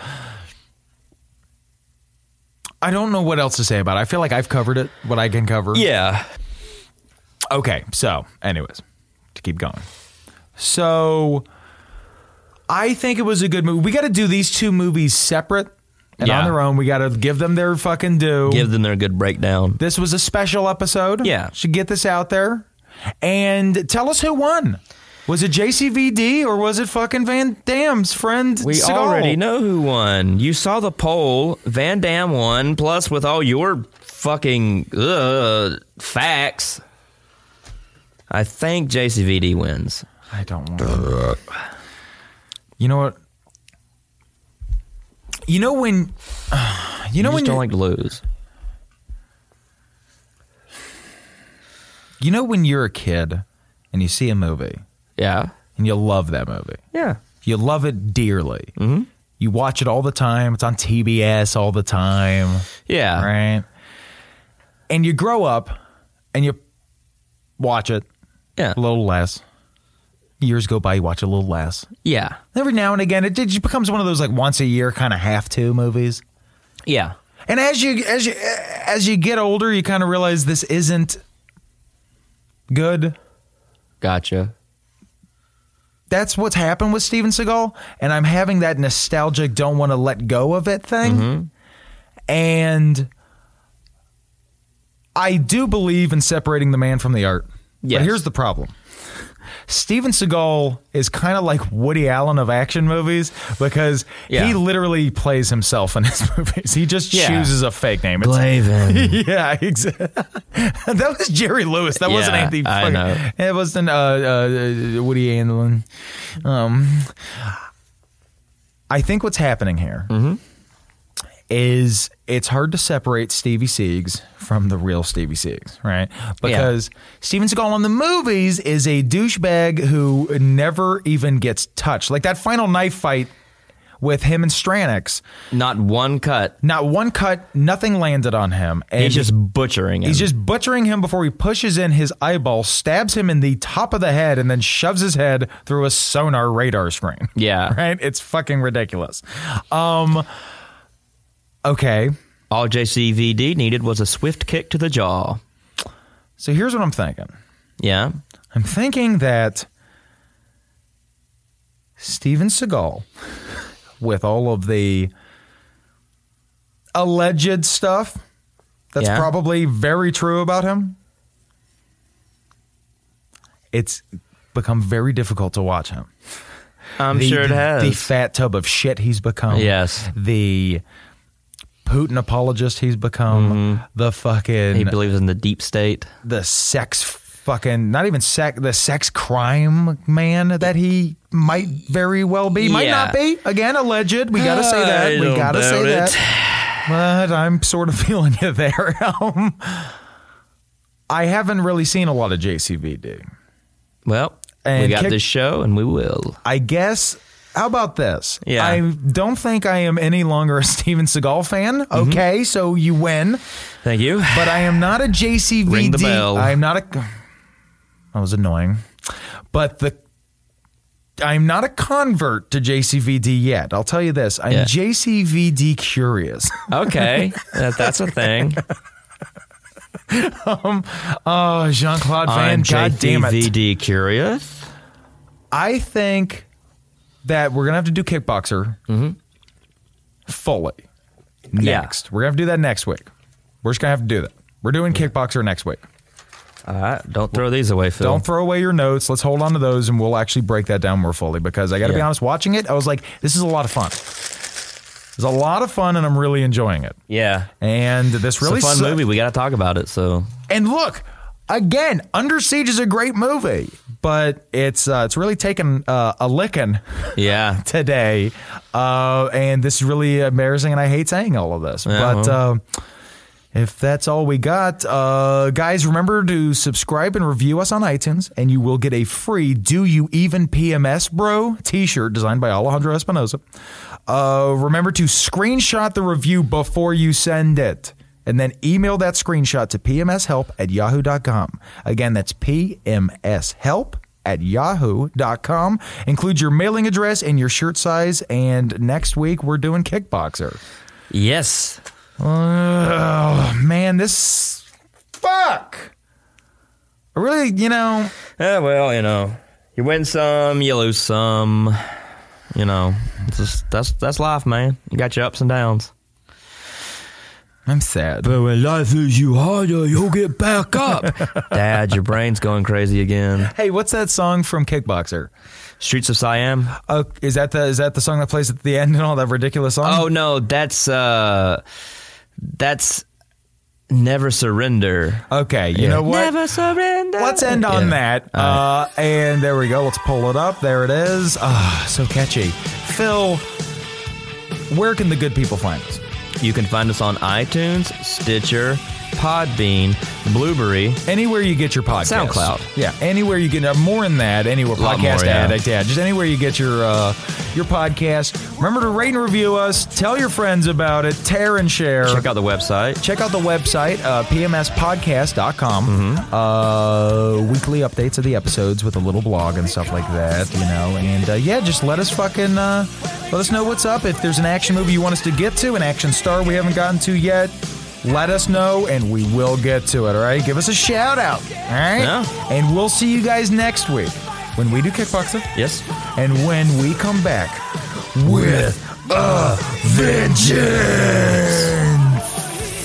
Speaker 1: I don't know what else to say about it. I feel like I've covered it, what I can cover.
Speaker 2: Yeah,
Speaker 1: Okay. So, anyways, to keep going. So, I think it was a good movie. We got to do these two movies separate and
Speaker 2: Yeah.
Speaker 1: on their own. We got to give them their fucking due.
Speaker 2: give them their good breakdown.
Speaker 1: this was a special episode.
Speaker 2: Yeah.
Speaker 1: Should get this out there. And tell us who won. Was it JCVD or was it fucking Van Damme's friend?
Speaker 2: We
Speaker 1: Seagal?
Speaker 2: already know who won. You saw the poll. Van Dam won. Plus, with all your fucking uh, facts, I think JCVD wins.
Speaker 1: I don't want to. You know what? You know when. [sighs] You know
Speaker 2: You
Speaker 1: when
Speaker 2: just don't
Speaker 1: you're-
Speaker 2: like to lose.
Speaker 1: You know when you're a kid and you see a movie
Speaker 2: Yeah.
Speaker 1: and you love that movie.
Speaker 2: Yeah.
Speaker 1: You love it dearly. Mm-hmm. You watch it all the time. It's on TBS all the time,
Speaker 2: Yeah.
Speaker 1: right? And you grow up and you watch it
Speaker 2: Yeah.
Speaker 1: a little less. Years go by, you watch it a little less.
Speaker 2: Yeah.
Speaker 1: Every now and again, it just becomes one of those like once a year kind of have to movies.
Speaker 2: Yeah.
Speaker 1: And as you as you as you get older, you kind of realize this isn't good.
Speaker 2: Gotcha.
Speaker 1: that's what's happened with Steven Seagal, and I'm having that nostalgic don't want to let go of it thing.
Speaker 2: Mm-hmm.
Speaker 1: And I do believe in separating the man from the art.
Speaker 2: Yes.
Speaker 1: But here's the problem. Steven Seagal is kind of like Woody Allen of action movies because
Speaker 2: Yeah.
Speaker 1: he literally plays himself in his [laughs] movies. He just
Speaker 2: Yeah.
Speaker 1: chooses a fake name. It's- [laughs]
Speaker 2: Glavin.
Speaker 1: yeah, exactly. [laughs] that was Jerry Lewis. That wasn't
Speaker 2: Yeah,
Speaker 1: Anthony.
Speaker 2: I
Speaker 1: fucking-
Speaker 2: know.
Speaker 1: It wasn't uh, uh, uh, Woody Allen. Um, I think what's happening here is
Speaker 2: Mm-hmm.
Speaker 1: it's hard to separate Stevie Siegs from the real Stevie Siegs, right? Because Steven Seagal in the movies is a douchebag who never even gets touched. Like that final knife fight with him and Stranix,
Speaker 2: [laughs] Not one cut.
Speaker 1: not one cut, nothing landed on him. And
Speaker 2: He's just butchering it.
Speaker 1: He's just butchering him before he pushes in his eyeball, stabs him in the top of the head, and then shoves his head through a sonar radar screen. [laughs]
Speaker 2: Yeah.
Speaker 1: Right? It's fucking ridiculous. Um Okay.
Speaker 2: All JCVD needed was a swift kick to the jaw.
Speaker 1: So here's what I'm thinking.
Speaker 2: Yeah.
Speaker 1: I'm thinking that Steven Seagal, with all of the alleged stuff that's
Speaker 2: Yeah.
Speaker 1: probably very true about him, it's become very difficult to watch him.
Speaker 2: I'm
Speaker 1: The-
Speaker 2: sure it has.
Speaker 1: The fat tub of shit he's become.
Speaker 2: Yes.
Speaker 1: The Putin apologist he's become. The fucking
Speaker 2: Mm-hmm. he believes in the deep state.
Speaker 1: the sex fucking not even sex the sex crime man that he might very well be might
Speaker 2: Yeah.
Speaker 1: not be again alleged we gotta say that
Speaker 2: I
Speaker 1: we
Speaker 2: don't
Speaker 1: gotta say
Speaker 2: doubt it.
Speaker 1: that but i'm sort of [laughs] feeling you there um, i haven't really seen a lot of jcvd
Speaker 2: Well, we
Speaker 1: And
Speaker 2: got
Speaker 1: kick-
Speaker 2: this show and we will.
Speaker 1: i guess how about this?
Speaker 2: Yeah.
Speaker 1: I don't think I am any longer a [laughs] Steven Seagal fan.
Speaker 2: Mm-hmm.
Speaker 1: Okay, so you win.
Speaker 2: Thank you.
Speaker 1: But I am not a JCVD.
Speaker 2: Ring the bell.
Speaker 1: I'm not a. That was annoying. But the. I'm not a convert to JCVD yet. I'll tell you this. I'm
Speaker 2: Yeah.
Speaker 1: JCVD
Speaker 2: [laughs]
Speaker 1: curious.
Speaker 2: [laughs] Okay. that, that's a [laughs] thing.
Speaker 1: Oh, Jean Claude Van,
Speaker 2: I'm
Speaker 1: God damn it.
Speaker 2: JCVD curious.
Speaker 1: I think that we're going to have to do Kickboxer
Speaker 2: Mm-hmm.
Speaker 1: fully next. We're going to have to do that next week. We're just going to have to do that. We're doing Kickboxer next week.
Speaker 2: All right, don't throw these away, Phil.
Speaker 1: Don't throw away your notes. Let's hold on to those and we'll actually break that down more fully because I got to be
Speaker 2: Yeah.
Speaker 1: honest, watching it, I was like, this is a lot of fun. It's a lot of fun and I'm really enjoying it.
Speaker 2: yeah,
Speaker 1: And this really
Speaker 2: it's a fun
Speaker 1: su-
Speaker 2: movie. We got to talk about it. So
Speaker 1: And look, again, Under Siege is a great movie, but it's uh, it's really taken uh, a licking [laughs]
Speaker 2: yeah,
Speaker 1: today. Uh, and this is really embarrassing, and I hate saying all of this.
Speaker 2: Yeah,
Speaker 1: but
Speaker 2: well.
Speaker 1: um if that's all we got, uh, guys, remember to subscribe and review us on iTunes, and you will get a free Do You Even PMS Bro t shirt designed by Alejandro Espinosa. Uh, remember to screenshot the review before you send it. And then email that screenshot to pmshelp at yahoo.com. Again, that's pmshelp at yahoo.com. Include your mailing address and your shirt size. And next week, we're doing Kickboxer.
Speaker 2: yes,
Speaker 1: Oh, man, this. Fuck! I really, you know.
Speaker 2: Yeah, well, you know, you win some, you lose some. You know, it's just, that's that's life, man. You got your ups and downs.
Speaker 1: I'm sad.
Speaker 2: But when life hits you harder, you'll get back up. [laughs] Dad, your brain's going crazy again.
Speaker 1: Hey, what's that song from Kickboxer?
Speaker 2: Streets of Siam.
Speaker 1: Uh, is that the is that the song that plays at the end and all that ridiculous song?
Speaker 2: Oh no, that's uh, that's never surrender.
Speaker 1: Okay, you
Speaker 2: Oh, Yeah.
Speaker 1: know Uh, what?
Speaker 2: Never surrender.
Speaker 1: Let's end on
Speaker 2: Yeah.
Speaker 1: that. Uh, and there we go. Let's pull it up. There it is. Ah, so catchy. Phil, where can the good people find us?
Speaker 2: You can find us on iTunes, Stitcher, Podbean, Blueberry.
Speaker 1: Anywhere you get your podcast.
Speaker 2: SoundCloud.
Speaker 1: Yeah. Anywhere you get uh, more than that. Anywhere
Speaker 2: lot
Speaker 1: podcast
Speaker 2: more, yeah.
Speaker 1: addict. Yeah. Just anywhere you get your uh, your podcast. Remember to rate and review us. Tell your friends about it. Tear and share.
Speaker 2: Check out the website.
Speaker 1: Check out the website, uh, pmspodcast.com. Uh, weekly updates of the episodes with a little blog and stuff like that, you know. And uh, yeah, just let us fucking uh, let us know what's up. If there's an action movie you want us to get to, an action star we haven't gotten to yet, let us know and we will get to it, all right? Give us a shout out, all right?
Speaker 2: Yeah.
Speaker 1: And we'll see you guys next week when we do kickboxing
Speaker 2: Yes. Ah,
Speaker 1: and when we come back with a vengeance.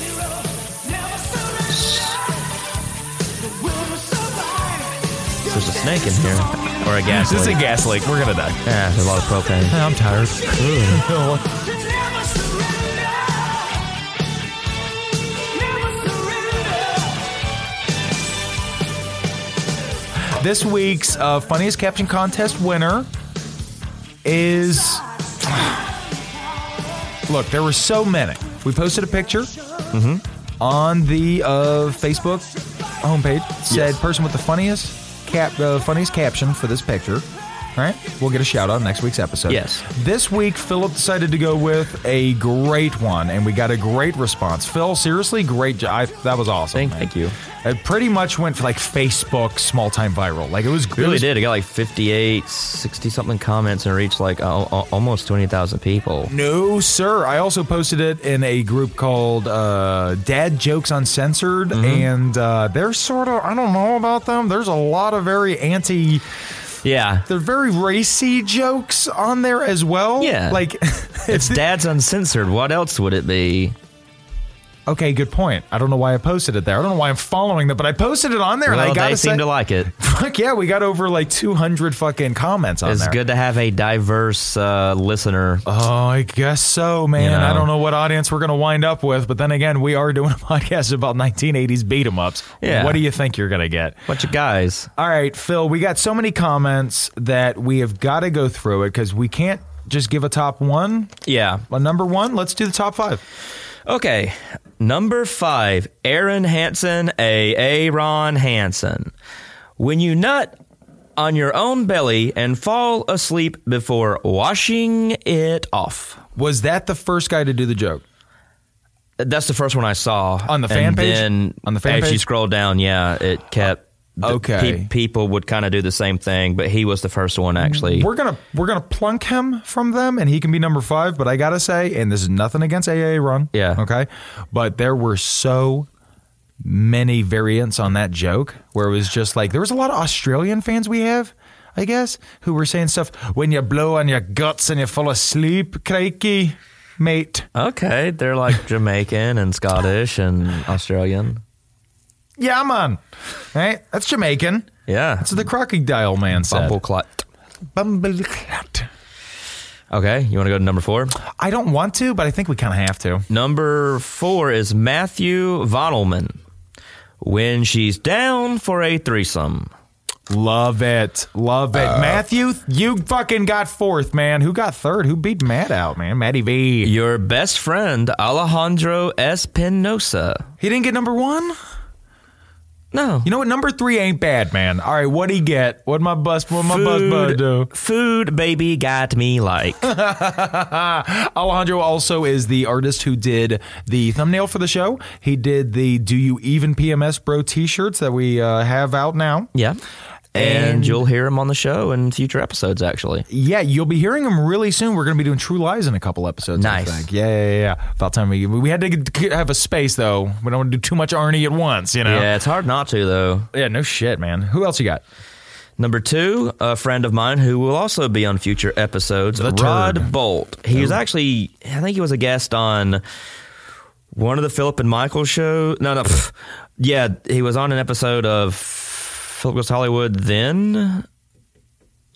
Speaker 2: There's a snake in here. Or a gas leak.
Speaker 1: gas leak. We're gonna die.
Speaker 2: yeah, there's a lot of propane.
Speaker 1: I'm tired.
Speaker 5: Never surrender. Never surrender.
Speaker 1: this week's uh, funniest caption contest winner is. [sighs] Look, there were so many. We posted a picture
Speaker 2: Mm-hmm.
Speaker 1: on the uh, Facebook homepage. Said person with the funniest cap, uh, funniest caption for this picture. Right, we'll get a shout out next week's episode.
Speaker 2: Yes.
Speaker 1: This week, Philip decided to go with a great one, and we got a great response. Phil, seriously, great job. That was awesome.
Speaker 2: Thank-
Speaker 1: man.
Speaker 2: thank you.
Speaker 1: It pretty much went for like Facebook small time viral. Like it was it
Speaker 2: Really
Speaker 1: was-
Speaker 2: did. It got like 58, 60 something comments and reached like al- al- almost 20,000 people.
Speaker 1: No, sir. I also posted it in a group called uh, Dad Jokes Uncensored,
Speaker 2: Mm-hmm.
Speaker 1: and uh, they're sort of, I don't know about them. There's a lot of very anti,
Speaker 2: Yeah.
Speaker 1: they're very racy jokes on there as well.
Speaker 2: Yeah.
Speaker 1: Like, [laughs]
Speaker 2: It's Dad's Uncensored. What else would it be?
Speaker 1: okay, good point. I don't know why I posted it there. I don't know why I'm following that, but I posted it on there, and I
Speaker 2: Well,
Speaker 1: got
Speaker 2: they
Speaker 1: say,
Speaker 2: seem to like it.
Speaker 1: fuck [laughs] yeah, we got over like 200 fucking comments on
Speaker 2: It's
Speaker 1: there.
Speaker 2: good to have a diverse uh, listener.
Speaker 1: Oh, I guess so, man.
Speaker 2: You know.
Speaker 1: I don't know what audience we're going to wind up with, but then again, we are doing a [laughs] podcast about 1980s beat 'em ups.
Speaker 2: Yeah.
Speaker 1: What do you think you're going to get?
Speaker 2: Bunch of guys.
Speaker 1: All right, Phil, we got so many comments that we have got to go through it because we can't just give a top one,
Speaker 2: Yeah.
Speaker 1: a number one. Let's do the top five.
Speaker 2: Okay. Number five, Aaron Hansen, a Aaron Hansen. When you nut on your own belly and fall asleep before washing it off.
Speaker 1: Was that the first guy to do the joke?
Speaker 2: That's the first one I saw
Speaker 1: On the fan
Speaker 2: And
Speaker 1: page?
Speaker 2: Then
Speaker 1: On the fan
Speaker 2: as you
Speaker 1: page?
Speaker 2: scroll down, yeah, it kept. the
Speaker 1: Okay.
Speaker 2: people would kind of do the same thing, but he was the first one actually.
Speaker 1: We're gonna we're gonna plunk him from them, and he can be number five. But I gotta say, and this is nothing against AA Run,
Speaker 2: Yeah.
Speaker 1: okay, but there were so many variants on that joke where it was just like there was a lot of Australian fans we have. I guess who were saying stuff when you blow on your guts and you fall asleep, crikey, mate. [laughs]
Speaker 2: Okay, they're like Jamaican and Scottish and Australian.
Speaker 1: Yeah, man. Right? That's Jamaican.
Speaker 2: Yeah.
Speaker 1: That's what the crocodile man said.
Speaker 2: Bumbleclot.
Speaker 1: Bumbleclot.
Speaker 2: Okay, you want to go to number four?
Speaker 1: I don't want to, but I think we kind of have to.
Speaker 2: Number four is Matthew Vondelman. When she's down for a threesome.
Speaker 1: Love it. Love it. Matthew, you fucking got fourth, man. Who got third? Who beat Matt out, man? Matty V.
Speaker 2: Your best friend, Alejandro Espinosa.
Speaker 1: He didn't get number one?
Speaker 2: No.
Speaker 1: You know what? Number three ain't bad, man. All right, what'd he get? What'd my bus, what my bus bud do?
Speaker 2: food, baby, got me [laughs] like.
Speaker 1: Alejandro also is the artist who did the thumbnail for the show. He did the Do You Even PMS Bro t shirts that we uh, have out now.
Speaker 2: yeah.
Speaker 1: And-
Speaker 2: And you'll hear him on the show in future episodes, actually.
Speaker 1: Yeah, you'll be hearing him really soon. We're going to be doing True Lies in a couple episodes. I
Speaker 2: Nice.
Speaker 1: think. Yeah, yeah, yeah, yeah. About time we we had to get- have a space though. We don't want to do too much Arnie at once, you know.
Speaker 2: Yeah, it's hard not to, though.
Speaker 1: Yeah, no shit, man. Who else you got?
Speaker 2: Number two, a friend of mine who will also be on future episodes,
Speaker 1: The
Speaker 2: Rod
Speaker 1: turd.
Speaker 2: Bolt. He was actually, I think he was a guest on one of the Philip and Michael show. No, no, pff. yeah, he was on an episode of Philip Goes to Hollywood. Then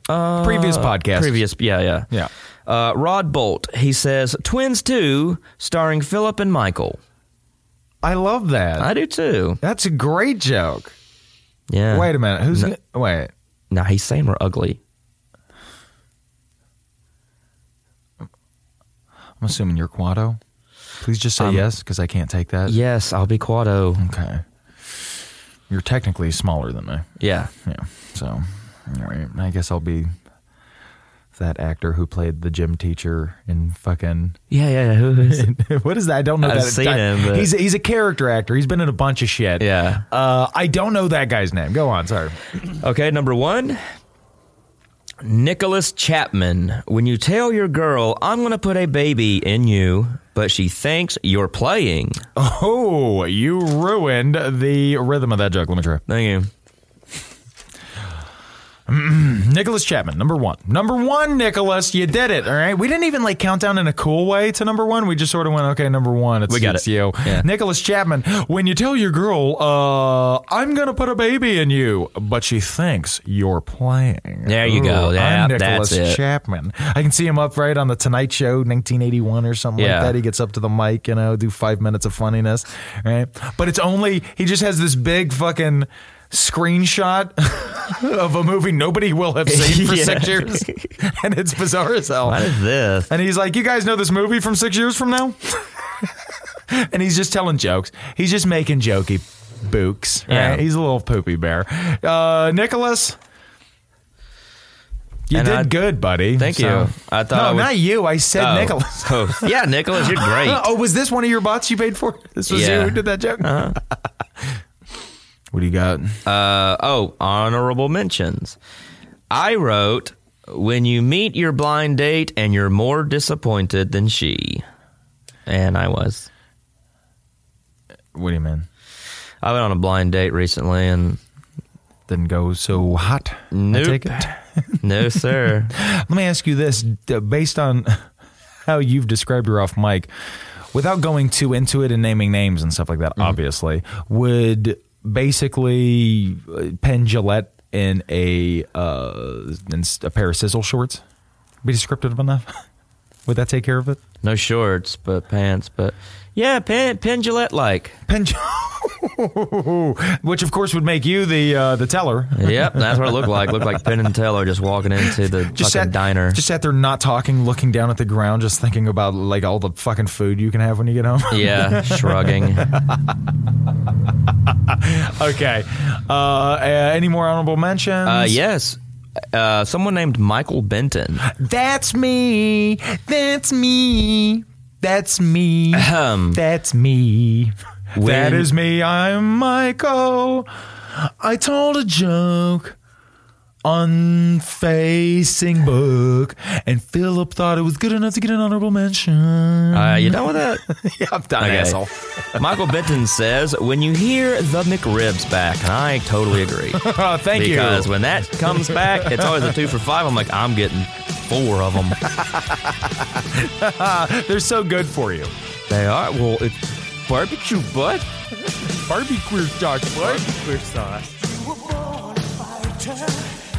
Speaker 1: Uh,
Speaker 2: uh,
Speaker 1: Previous podcast.
Speaker 2: previous, yeah, yeah,
Speaker 1: Yeah.
Speaker 2: Uh, Rod Bolt. He says Twins Two, starring Philip and Michael.
Speaker 1: I love that.
Speaker 2: I do too.
Speaker 1: That's a great joke.
Speaker 2: Yeah.
Speaker 1: Wait a minute. Who's gonna- wait?
Speaker 2: Now he's saying we're ugly.
Speaker 1: I'm assuming you're Quado. Please just say yes because I can't take that.
Speaker 2: Yes, I'll be Quado.
Speaker 1: Okay. You're technically smaller than me.
Speaker 2: Yeah.
Speaker 1: Yeah. So, all right. I guess I'll be that actor who played the gym teacher in fucking. [laughs]
Speaker 2: Yeah, yeah, yeah. Who is it?
Speaker 1: what is that? I don't know
Speaker 2: I've
Speaker 1: that.
Speaker 2: seen
Speaker 1: I-
Speaker 2: him, but-
Speaker 1: He's he's a character actor. He's been in a bunch of shit.
Speaker 2: Yeah.
Speaker 1: Uh, I don't know that guy's name. Go on. Sorry.
Speaker 2: Okay, number one, Nicholas Chapman. When you tell your girl, I'm going to put a baby in you, but she thinks you're playing.
Speaker 1: Oh, you ruined the rhythm of that joke. Let me try.
Speaker 2: Thank you.
Speaker 1: Nicholas Chapman, number one. Number one, Nicholas, you did it. All right. We didn't even like count down in a cool way to number one. We just sort of went, okay, number one. It's,
Speaker 2: We got
Speaker 1: it's
Speaker 2: it.
Speaker 1: you.
Speaker 2: Yeah.
Speaker 1: Nicholas Chapman, when you tell your girl, uh, I'm going to put a baby in you, but she thinks you're playing.
Speaker 2: There you go.
Speaker 1: Ooh,
Speaker 2: Yeah,
Speaker 1: I'm
Speaker 2: that's
Speaker 1: Nicholas
Speaker 2: it.
Speaker 1: Chapman. I can see him upright on The Tonight Show, 1981 or something
Speaker 2: Yeah.
Speaker 1: like that. He gets up to the mic, you know, do five minutes of funniness. Right. But it's only, he just has this big fucking. Screenshot of a movie nobody will have seen for
Speaker 2: [laughs] Yeah.
Speaker 1: six years, and it's bizarre as hell.
Speaker 2: What is this?
Speaker 1: And he's like, "You guys know this movie from six years from
Speaker 2: [laughs]
Speaker 1: now," and he's just telling jokes. He's just making jokey books. right?
Speaker 2: Yeah.
Speaker 1: He's a little poopy bear. Uh, Nicholas, you
Speaker 2: And
Speaker 1: did
Speaker 2: I-
Speaker 1: good, buddy.
Speaker 2: Thank you. I thought
Speaker 1: no,
Speaker 2: I was-
Speaker 1: not you. I said
Speaker 2: Oh.
Speaker 1: Nicholas.
Speaker 2: [laughs]
Speaker 1: [laughs]
Speaker 2: Oh, yeah, Nicholas, you're [laughs] great.
Speaker 1: oh, was this one of your bots you paid for? This was you
Speaker 2: Yeah. Uh-huh.
Speaker 1: who did that joke. what do you got?
Speaker 2: Uh, oh, honorable mentions. I wrote, When you meet your blind date and you're more disappointed than she. And I was.
Speaker 1: what do you mean?
Speaker 2: I went on a blind date recently and
Speaker 1: Didn't go so hot. I
Speaker 2: Nope.
Speaker 1: take it.
Speaker 2: no, [laughs] sir.
Speaker 1: Let me ask you this d- based on [laughs] how you've described her off mic, without going too into it and naming names and stuff like that, obviously, would basically uh, pen Gillette in a, uh, in s- a pair of sizzle shorts be descriptive enough? [laughs] would that take care of it?
Speaker 2: No shorts, but pants, but yeah, pen, pen Gillette like.
Speaker 1: Pen, which of course would make you the uh, the teller.
Speaker 2: Yep, that's what it looked like. Looked like Penn and Teller just walking into the fucking diner.
Speaker 1: just sat there not talking, looking down at the ground, just thinking about like all the fucking food you can have when you get home. [laughs]
Speaker 2: yeah, shrugging. Uh,
Speaker 1: Okay. Uh, uh, any more honorable mentions?
Speaker 2: Uh, yes, uh, someone named Michael Benton.
Speaker 1: That's me. That's me. That's
Speaker 2: [laughs]
Speaker 1: me.
Speaker 2: Ahem.
Speaker 1: That's me. that
Speaker 2: When-
Speaker 1: is me. I'm Michael. I told a joke on Facing Book, and Philip thought it was good enough to get an honorable mention.
Speaker 2: Uh, you done with that?
Speaker 1: [laughs] yeah, I'm done,
Speaker 2: Okay.
Speaker 1: asshole.
Speaker 2: [laughs] Michael Benton says, "When you hear the McRibs back," and I totally agree.
Speaker 1: Oh, [laughs] thank
Speaker 2: because
Speaker 1: you.
Speaker 2: when that comes back, it's always a two for five. I'm like, I'm getting four
Speaker 1: [laughs]
Speaker 2: of them.
Speaker 1: They're so good for you.
Speaker 2: They are. Well, it's barbecue butt.
Speaker 6: barbecue sauce, bud.
Speaker 1: Barbecue sauce.
Speaker 5: We're born a fighter.